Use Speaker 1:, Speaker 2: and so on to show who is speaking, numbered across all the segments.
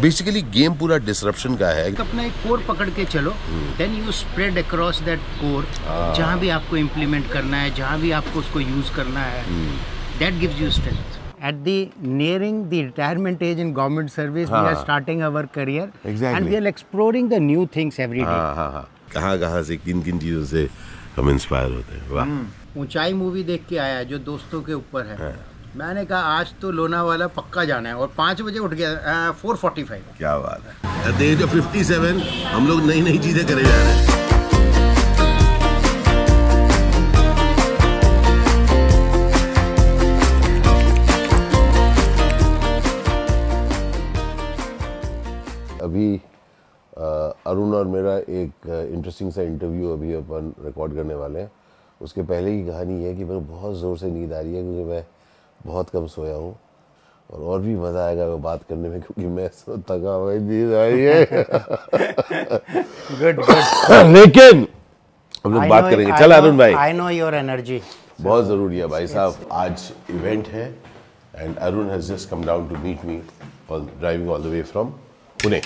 Speaker 1: Basically game पूरा disruption का है
Speaker 2: तो अपना एक कोर पकड़ के चलो
Speaker 1: hmm.
Speaker 2: Then you spread across that core
Speaker 1: हाँ।
Speaker 2: जहाँ भी आपको इम्प्लीमेंट करना है जहाँ भी आपको उसको यूज करना है
Speaker 1: hmm.
Speaker 2: That gives you strength At the nearing the retirement age in government service, we are starting our career and
Speaker 1: हाँ। Exactly.
Speaker 2: we are exploring the new things every day.
Speaker 1: हाँ हाँ हाँ कहाँ कहाँ से किन किन चीज़ों से हम इंस्पायर होते हैं वाह
Speaker 2: ऊंचाई मूवी देख के आया जो दोस्तों के ऊपर है
Speaker 1: हाँ।
Speaker 2: मैंने कहा आज तो लोनावाला पक्का जाना है और पाँच बजे उठ गया फोर फोर्टी फाइव
Speaker 1: क्या बात है एट द एज ऑफ 57 हम लोग नई नई चीज़ें करे जा रहे हैं अभी अ, अरुण और मेरा एक इंटरेस्टिंग सा इंटरव्यू अभी अपन रिकॉर्ड करने वाले हैं उसके पहले की कहानी है कि मेरे को बहुत ज़ोर से नींद आ रही है क्योंकि मैं बहुत कम सोया हूँ और और भी मज़ा आएगा वो बात करने में क्योंकि मैं सो थका हुआ ही नींद आ रही है
Speaker 2: गुड गुड
Speaker 1: लेकिन हम लोग बात करेंगे चल अरुण भाई
Speaker 2: आई नो योर एनर्जी
Speaker 1: बहुत ज़रूरी है भाई साहब आज इवेंट है and Arun has just come down to meet me all driving all the way from Pune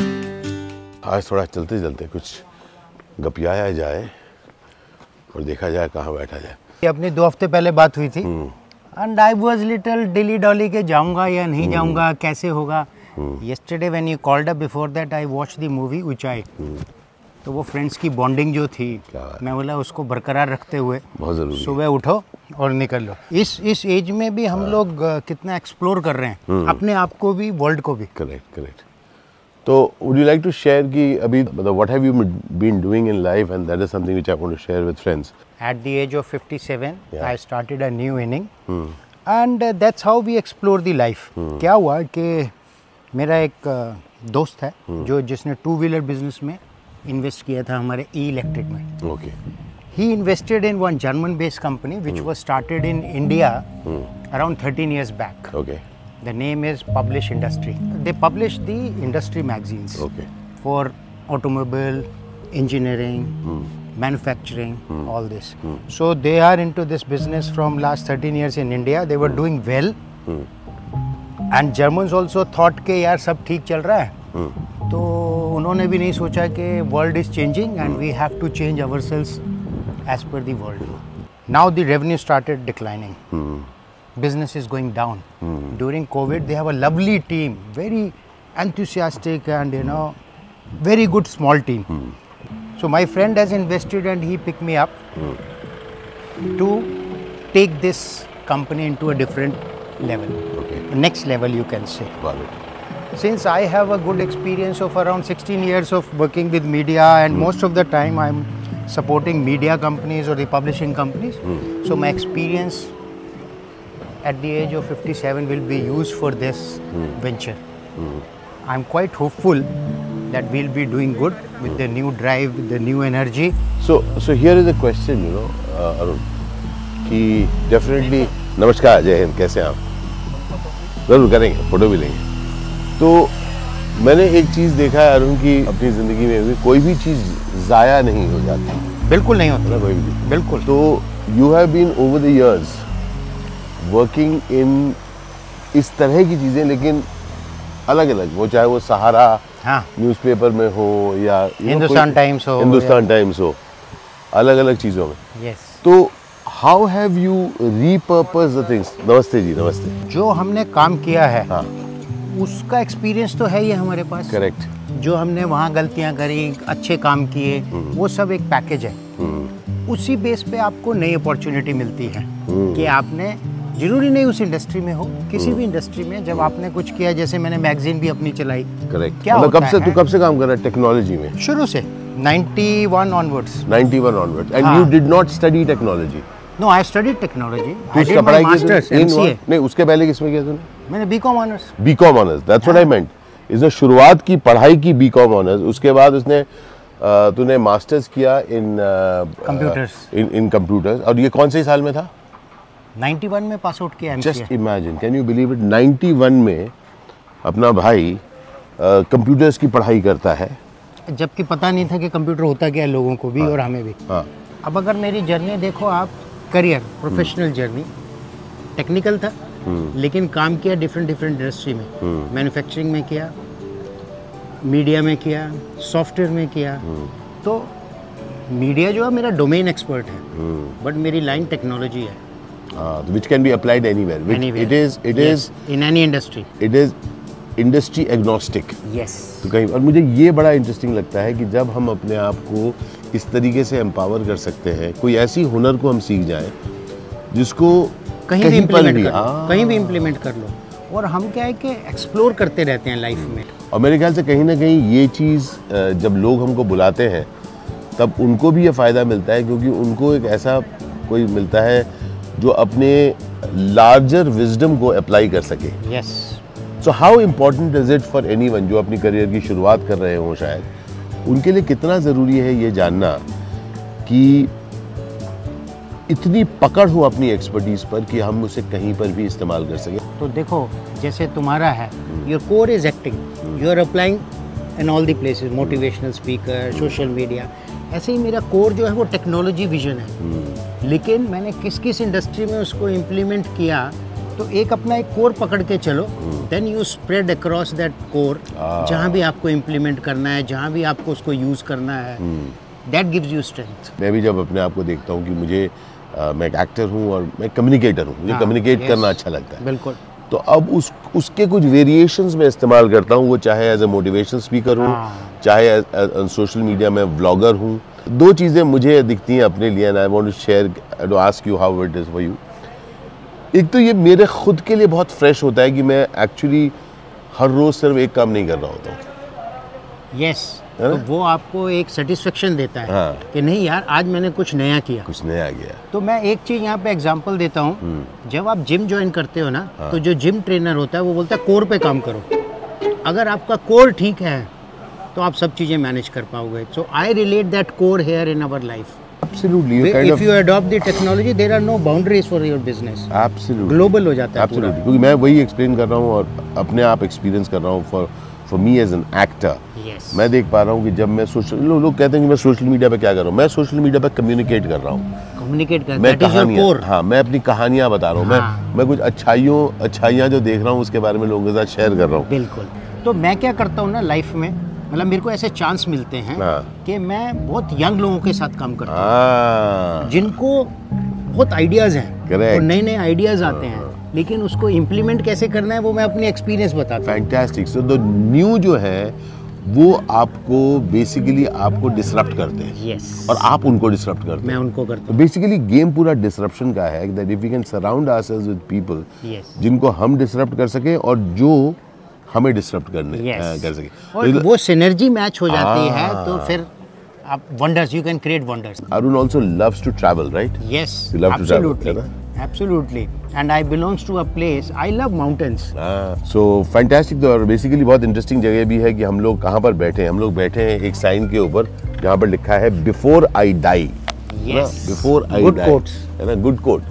Speaker 1: आज थोड़ा चलते चलते कुछ गपियाया जाए और देखा जाए कहाँ बैठा जाए
Speaker 2: ये अपनी दो हफ्ते पहले बात हुई थी
Speaker 1: hmm.
Speaker 2: And I was little dilly dally के जाऊंगा या
Speaker 1: हम्म।
Speaker 2: नहीं जाऊंगा कैसे होगा yesterday when you called up before that I watch the movie Uunchai तो वो फ्रेंड्स की बॉन्डिंग जो थी
Speaker 1: हम्म। क्या बात हम्म।
Speaker 2: मैं बोला उसको बरकरार रखते हुए
Speaker 1: बहुत ज़रूरी है।
Speaker 2: सुबह उठो और निकल लो इस इस एज में भी
Speaker 1: हाँ।
Speaker 2: हम लोग अ, कितना एक्सप्लोर कर रहे हैं
Speaker 1: हम्म।
Speaker 2: अपने आप को भी वर्ल्ड को भी
Speaker 1: करेक्ट करेक्ट तो would you like to share कि अभी मतलब what have you been doing in life and that is something which I want to share with friends
Speaker 2: At the age of 57,
Speaker 1: Yeah.
Speaker 2: I started a new inning, and uh, that's how we explore the life. क्या हुआ कि मेरा एक uh, दोस्त है जो जिसने two wheeler business में इन्वेस्ट किया था हमारे ई इलेक्ट्रिक में
Speaker 1: ओके
Speaker 2: ही invested in one German based company which was started in India around thirteen years back
Speaker 1: okay
Speaker 2: the name is publish industry they publish the industry magazines
Speaker 1: okay
Speaker 2: for automobile engineering manufacturing all this so they are into this business from last 13 years in india they were doing well and germans also thought ke yaar sab theek chal raha hai तो उन्होंने भी नहीं सोचा कि world is changing and we have to change our sales as per the world now the revenue started declining business is going down. During COVID, they have a lovely team, very enthusiastic and you know, very good small team. So my friend has invested and he picked me up to take this company into a different level,
Speaker 1: Okay.
Speaker 2: next level you can say.
Speaker 1: Got it
Speaker 2: Since I have a good experience of around 16 years of working with media, and most of the time I'm supporting media companies or the publishing companies,
Speaker 1: Hmm.
Speaker 2: so my experience at the age of 57 will be used for this
Speaker 1: Hmm.
Speaker 2: venture. I'm quite hopeful that we'll be doing good with
Speaker 1: Hmm.
Speaker 2: the new drive, with the new energy.
Speaker 1: So so here is a question you know Arun uh, कि definitely नमस्कार जय हिंद कैसे हैं आप जरूर करेंगे photo भी लेंगे तो मैंने एक चीज़ देखा है अरुण की अपनी ज़िंदगी में भी कोई भी चीज़ ज़ाया नहीं हो जाती है
Speaker 2: बिल्कुल नहीं होता
Speaker 1: ना कोई भी
Speaker 2: बिल्कुल
Speaker 1: तो you have been over the years working in इस तरह की चीज़ें लेकिन अलग अलग वो चाहे वो सहारा
Speaker 2: हाँ
Speaker 1: न्यूज़पेपर में हो या you know, कोई-
Speaker 2: हिंदुस्तान Times हो,
Speaker 1: हिंदुस्तान टाइम्स हो अलग अलग चीज़ों में
Speaker 2: यस
Speaker 1: तो how have you repurpose the things नमस्ते जी नमस्ते
Speaker 2: जो हमने काम किया है
Speaker 1: हाँ
Speaker 2: उसका एक्सपीरियंस तो है ही हमारे पास
Speaker 1: करेक्ट
Speaker 2: जो हमने वहाँ गलतियाँ करी अच्छे काम किए
Speaker 1: हम्म।
Speaker 2: वो सब एक पैकेज है उसी बेस पे आपको नई अपॉर्चुनिटी मिलती है
Speaker 1: हम्म।
Speaker 2: कि आपने जरूरी नहीं उस इंडस्ट्री में हो किसी भी इंडस्ट्री में जब आपने कुछ किया जैसे मैंने मैगजीन भी अपनी चलाई
Speaker 1: करेक्ट
Speaker 2: क्या
Speaker 1: मतलब
Speaker 2: होता
Speaker 1: कब से
Speaker 2: है?
Speaker 1: तू कब से काम कर रहा है टेक्नोलॉजी में
Speaker 2: शुरू से 91 ऑनवर्ड्स
Speaker 1: 91 ऑनवर्ड एंड
Speaker 2: हाँ।
Speaker 1: You did not study technology
Speaker 2: no I study technology
Speaker 1: तू
Speaker 2: आई
Speaker 1: उसका
Speaker 2: डिड माय
Speaker 1: तो पढ़ाई किया तूने?
Speaker 2: Masters
Speaker 1: In
Speaker 2: MCA
Speaker 1: what? नहीं उसके पहले किसमें किया तूने
Speaker 2: मैंने BCom honours
Speaker 1: B com honours that's what I meant इसने शुरुआत की पढ़ाई की बी कॉम ऑनर्स उसके बाद उसने अ, तूने मास्टर्स किया in
Speaker 2: Computers.
Speaker 1: In in computers और ये कौन से साल में था
Speaker 2: 91 में पास आउट किया
Speaker 1: just
Speaker 2: MCA
Speaker 1: imagine can you believe it 91 में अपना भाई कंप्यूटर्स की पढ़ाई करता है
Speaker 2: जबकि पता नहीं था कि कंप्यूटर होता क्या है लोगों को भी और हमें भी
Speaker 1: हाँ हम्म।
Speaker 2: अब अगर मेरी जर्नी देखो आप करियर प्रोफेशनल जर्नी टेक्निकल था लेकिन काम किया डिफरेंट डिफरेंट इंडस्ट्री
Speaker 1: हम्म।
Speaker 2: में मैन्युफैक्चरिंग में किया मीडिया में किया सॉफ्टवेयर में किया
Speaker 1: हम्म।
Speaker 2: तो मीडिया जो है मेरा डोमेन एक्सपर्ट है
Speaker 1: हम्म।
Speaker 2: बट मेरी लाइन टेक्नोलॉजी है
Speaker 1: हाँ which can be applied anywhere which
Speaker 2: Anywhere.
Speaker 1: It is it is
Speaker 2: in any industry
Speaker 1: it is industry agnostic
Speaker 2: yes
Speaker 1: तो कहीं और मुझे ये बड़ा इंटरेस्टिंग लगता है कि जब हम अपने आप को इस तरीके से एम्पावर कर सकते हैं कोई ऐसी हुनर को हम सीख जाएं जिसको
Speaker 2: कहीं भी
Speaker 1: पर
Speaker 2: इम्प्लीमेंट
Speaker 1: भी
Speaker 2: कर लो
Speaker 1: हाँ
Speaker 2: कहीं भी इम्प्लीमेंट कर लो और हम क्या है कि एक्सप्लोर करते रहते हैं लाइफ में
Speaker 1: और मेरे ख्याल से कहीं ना कहीं ये चीज़ अ, जब लोग हमको बुलाते हैं तब उनको भी ये फ़ायदा मिलता है क्योंकि उनको एक ऐसा कोई मिलता है जो अपने लार्जर विजडम को अप्लाई कर सके
Speaker 2: yes
Speaker 1: so how important is it for anyone जो अपनी करियर की शुरुआत कर रहे हों शायद उनके लिए कितना ज़रूरी है ये जानना कि इतनी पकड़ हो अपनी एक्सपर्टीज़ पर कि हम उसे कहीं पर भी इस्तेमाल कर सकें
Speaker 2: तो देखो जैसे तुम्हारा है
Speaker 1: Hmm.
Speaker 2: Your core is acting you are applying in all the places motivational speaker social media ऐसे ही मेरा कोर जो है वो टेक्नोलॉजी विजन
Speaker 1: Hmm.
Speaker 2: है लेकिन मैंने किस किस इंडस्ट्री में उसको इम्प्लीमेंट किया तो एक अपना एक कोर पकड़ के चलो
Speaker 1: Hmm.
Speaker 2: Then you spread across that core
Speaker 1: Ah.
Speaker 2: जहाँ भी आपको इम्प्लीमेंट करना है जहाँ भी आपको उसको यूज़ करना है
Speaker 1: Hmm.
Speaker 2: That gives you strength
Speaker 1: मैं भी जब अपने आप को देखता हूँ कि मुझे अ, मैं एक एक्टर हूँ और मैं कम्युनिकेटर हूँ मुझे
Speaker 2: हाँ,
Speaker 1: कम्युनिकेट
Speaker 2: yes.
Speaker 1: करना अच्छा लगता है
Speaker 2: बिल्कुल
Speaker 1: तो अब उस उसके कुछ वेरिएशंस में इस्तेमाल करता हूँ वो चाहे एज अ मोटिवेशन स्पीकर हूँ
Speaker 2: हाँ।
Speaker 1: चाहे सोशल मीडिया में व्लॉगर हूँ दो चीज़ें मुझे दिखती हैं अपने लिए and I want to share to ask you how it is for you एक तो ये मेरे खुद के लिए बहुत फ्रेश होता है कि मैं एक्चुअली हर रोज़ सिर्फ एक काम नहीं कर रहा होता हूँ
Speaker 2: यस
Speaker 1: है
Speaker 2: तो
Speaker 1: ना?
Speaker 2: वो आपको एक सेटिस्फेक्शन देता है
Speaker 1: हाँ।
Speaker 2: कि नहीं यार आज मैंने कुछ नया किया
Speaker 1: कुछ नया गया
Speaker 2: तो मैं एक चीज़ यहाँ पे एग्जांपल देता
Speaker 1: हम्म।
Speaker 2: हूँ जब आप जिम ज्वाइन करते हो ना
Speaker 1: हाँ।
Speaker 2: तो जो जिम ट्रेनर होता है वो बोलता है कोर पे काम करो अगर आपका कोर ठीक है तो आप सब चीज़ें मैनेज कर पाओगे so I relate that core here in our life
Speaker 1: absolutely kind
Speaker 2: if
Speaker 1: of
Speaker 2: you adopt the technology there are no boundaries for your business
Speaker 1: absolutely
Speaker 2: global हो जाता है पूरा
Speaker 1: एब्सोल्युटली क्योंकि मैं वही एक्सप्लेन कर रहा हूँ और अपने आप एक्सपीरियंस कर रहा हूँ for for me as an actor
Speaker 2: yes
Speaker 1: मैं देख पा रहा हूँ कि जब मैं सोशल लो, लोग कहते हैं कि मैं सोशल मीडिया पे क्या कर रहा हूँ मैं सोशल मीडिया पे कम्युनिकेट कर रहा
Speaker 2: Hmm.
Speaker 1: हूँ
Speaker 2: कम्युनिकेट कर
Speaker 1: मैं
Speaker 2: दैट इज योर कोर
Speaker 1: कहानियाँ हाँ मैं अपनी कहानियाँ बता रहा हूँ
Speaker 2: हाँ।
Speaker 1: मैं मैं कुछ अच्छाइयों अच्छाइयाँ जो देख रहा हूँ उसके बारे में लोगों के साथ शेयर कर रहा हूँ
Speaker 2: बिल्कुल तो मैं क्या करता हूँ ना लाइफ में मतलब मेरे को ऐसे चांस मिलते हैं
Speaker 1: हाँ।
Speaker 2: कि मैं बहुत यंग लोगों के साथ काम करता हूँ
Speaker 1: हाँ
Speaker 2: जिनको बहुत आइडियाज़ हैं
Speaker 1: Correct. हाँ।
Speaker 2: और नए नए आइडियाज़ आते हैं लेकिन उसको इम्प्लीमेंट कैसे करना है वो मैं अपने एक्सपीरियंस बताता
Speaker 1: फैंटास्टिक सो द न्यू जो है वो आपको बेसिकली आपको डिसरप्ट करते हैं
Speaker 2: हूँ यस
Speaker 1: और आप उनको डिसरप्ट करते हैं
Speaker 2: मैं उनको करता
Speaker 1: तो बेसिकली गेम पूरा डिसरप्शन का है that if we can surround ourselves with people
Speaker 2: हूँ यस
Speaker 1: जिनको हम डिसरप्ट कर सके और जो हमें डिसरप्ट करने अ,
Speaker 2: यस
Speaker 1: हाँ, कर सके तो
Speaker 2: और वो सिनर्जी मैच हो जाती है
Speaker 1: हाँ।
Speaker 2: तो फिर आप wonders you can create wonders
Speaker 1: Arun also loves to travel, right?
Speaker 2: Yes,
Speaker 1: You love to travel,
Speaker 2: absolutely.
Speaker 1: है
Speaker 2: Absolutely. And I belongs to a place. I love mountains.
Speaker 1: So fantastic तो और बेसिकली बहुत इंटरेस्टिंग जगह भी है कि हम लोग कहाँ पर बैठे हैं हम लोग बैठे हैं एक साइन के ऊपर जहाँ पर लिखा है before I die
Speaker 2: Yes.
Speaker 1: Before I
Speaker 2: Good quotes.
Speaker 1: है ना गुड कोट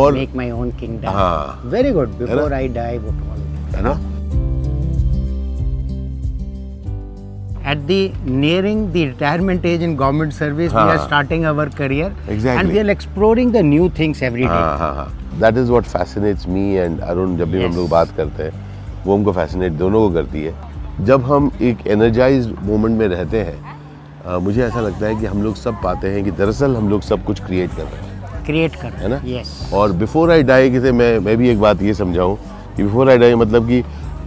Speaker 1: और
Speaker 2: Make my own kingdom.
Speaker 1: हाँ।
Speaker 2: Very good. Before
Speaker 1: ना?
Speaker 2: I die, what all.
Speaker 1: है ना
Speaker 2: At the nearing the retirement age in government service, we are
Speaker 1: हाँ।
Speaker 2: starting our career. And
Speaker 1: Exactly.
Speaker 2: we are exploring the new things every day.
Speaker 1: हाँ हाँ हाँ that is what fascinates me and Arun जब भी हम
Speaker 2: Yes.
Speaker 1: लोग बात करते हैं वो हमको फैसिनेट दोनों को करती है जब हम एक एनर्जाइज मोमेंट में रहते हैं अ, मुझे ऐसा लगता है कि हम लोग सब पाते हैं कि दरअसल हम लोग सब कुछ क्रिएट कर रहे हैं
Speaker 2: Create कर
Speaker 1: Ah. है ना
Speaker 2: Yes.
Speaker 1: और बिफोर आई डाई किसे मैं मैं भी एक बात ये समझाऊं कि बिफोर आई डाई मतलब कि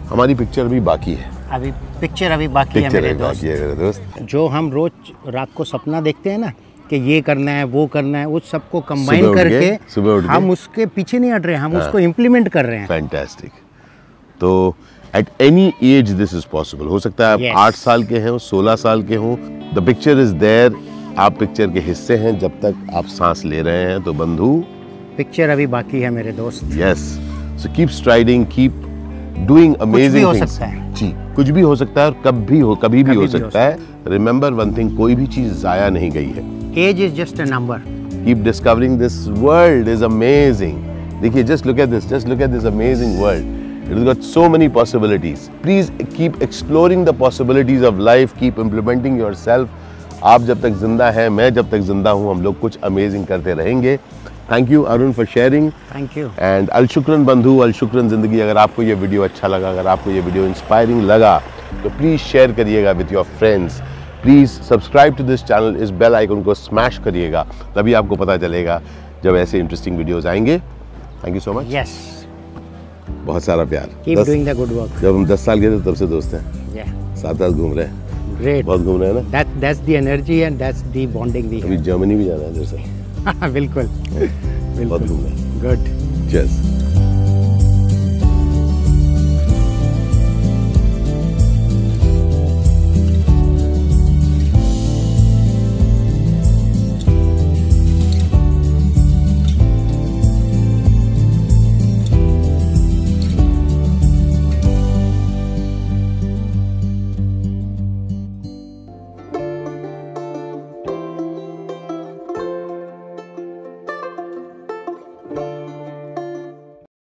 Speaker 1: हमारी पिक्चर भी बाकी है
Speaker 2: अभी पिक्चर अभी बाकी है
Speaker 1: पिक्चर
Speaker 2: मेरे
Speaker 1: है
Speaker 2: दोस्त
Speaker 1: बाकी है मेरे दोस्त
Speaker 2: जो हम रोज रात को सपना देखते हैं ना कि ये करना है वो करना है उस सबको
Speaker 1: सुबह
Speaker 2: कंबाइन
Speaker 1: उठ के-
Speaker 2: करके
Speaker 1: सुबह उठ हाँ। के-
Speaker 2: हम उसके पीछे नहीं हट रहे हम उसको इम्प्लीमेंट कर रहे हैं
Speaker 1: फैंटास्टिक तो at any age this is possible हो सकता है
Speaker 2: Yes.
Speaker 1: आप आठ साल के हों सोलह साल के हों द पिक्चर इज देयर आप पिक्चर के हिस्से हैं जब तक आप सांस ले रहे हैं तो बंधु
Speaker 2: पिक्चर अभी बाकी है मेरे दोस्त
Speaker 1: yes so keep striding keep doing amazing
Speaker 2: हो सकता है।
Speaker 1: जी कुछ भी हो सकता है और कब भी हो कभी भी
Speaker 2: कभी
Speaker 1: हो
Speaker 2: भी हो
Speaker 1: सकता है रिमेंबर वन थिंग कोई भी चीज जाया नहीं गई है
Speaker 2: age is just a number
Speaker 1: keep discovering this world is amazing देखिए just look at this just look at this amazing world It has got so many possibilities. Please keep exploring the possibilities of life. Keep implementing yourself. आप जब तक जिंदा हैं मैं जब तक जिंदा हूँ हम लोग कुछ अमेजिंग करते रहेंगे thank you Arun for sharing
Speaker 2: Thank you.
Speaker 1: And अलशुक्रन बंधु अलशुक्रन ज़िंदगी अगर आपको ये वीडियो अच्छा लगा अगर आपको ये वीडियो इंस्पायरिंग लगा तो प्लीज़ शेयर करिएगा with your friends please subscribe to this channel इस बेल आइकन को स्मैश करिएगा तभी आपको पता चलेगा जब ऐसे इंटरेस्टिंग वीडियोज़ आएंगे thank you so much
Speaker 2: Yes.
Speaker 1: बहुत सारा प्यार
Speaker 2: Keep
Speaker 1: दस-
Speaker 2: doing the good work.
Speaker 1: जब हम दस साल के थे तब से दोस्त हैं
Speaker 2: Yeah.
Speaker 1: साथ साथ घूम रहे हैं
Speaker 2: Great.
Speaker 1: बहुत घूम रहे हैं ना
Speaker 2: That that's the energy and that's the bonding we
Speaker 1: अभी जर्मनी भी जाना है जैसे
Speaker 2: have. बिल्कुल.
Speaker 1: बहुत
Speaker 2: बिल्कुल.
Speaker 1: घूमना
Speaker 2: Good.
Speaker 1: चेस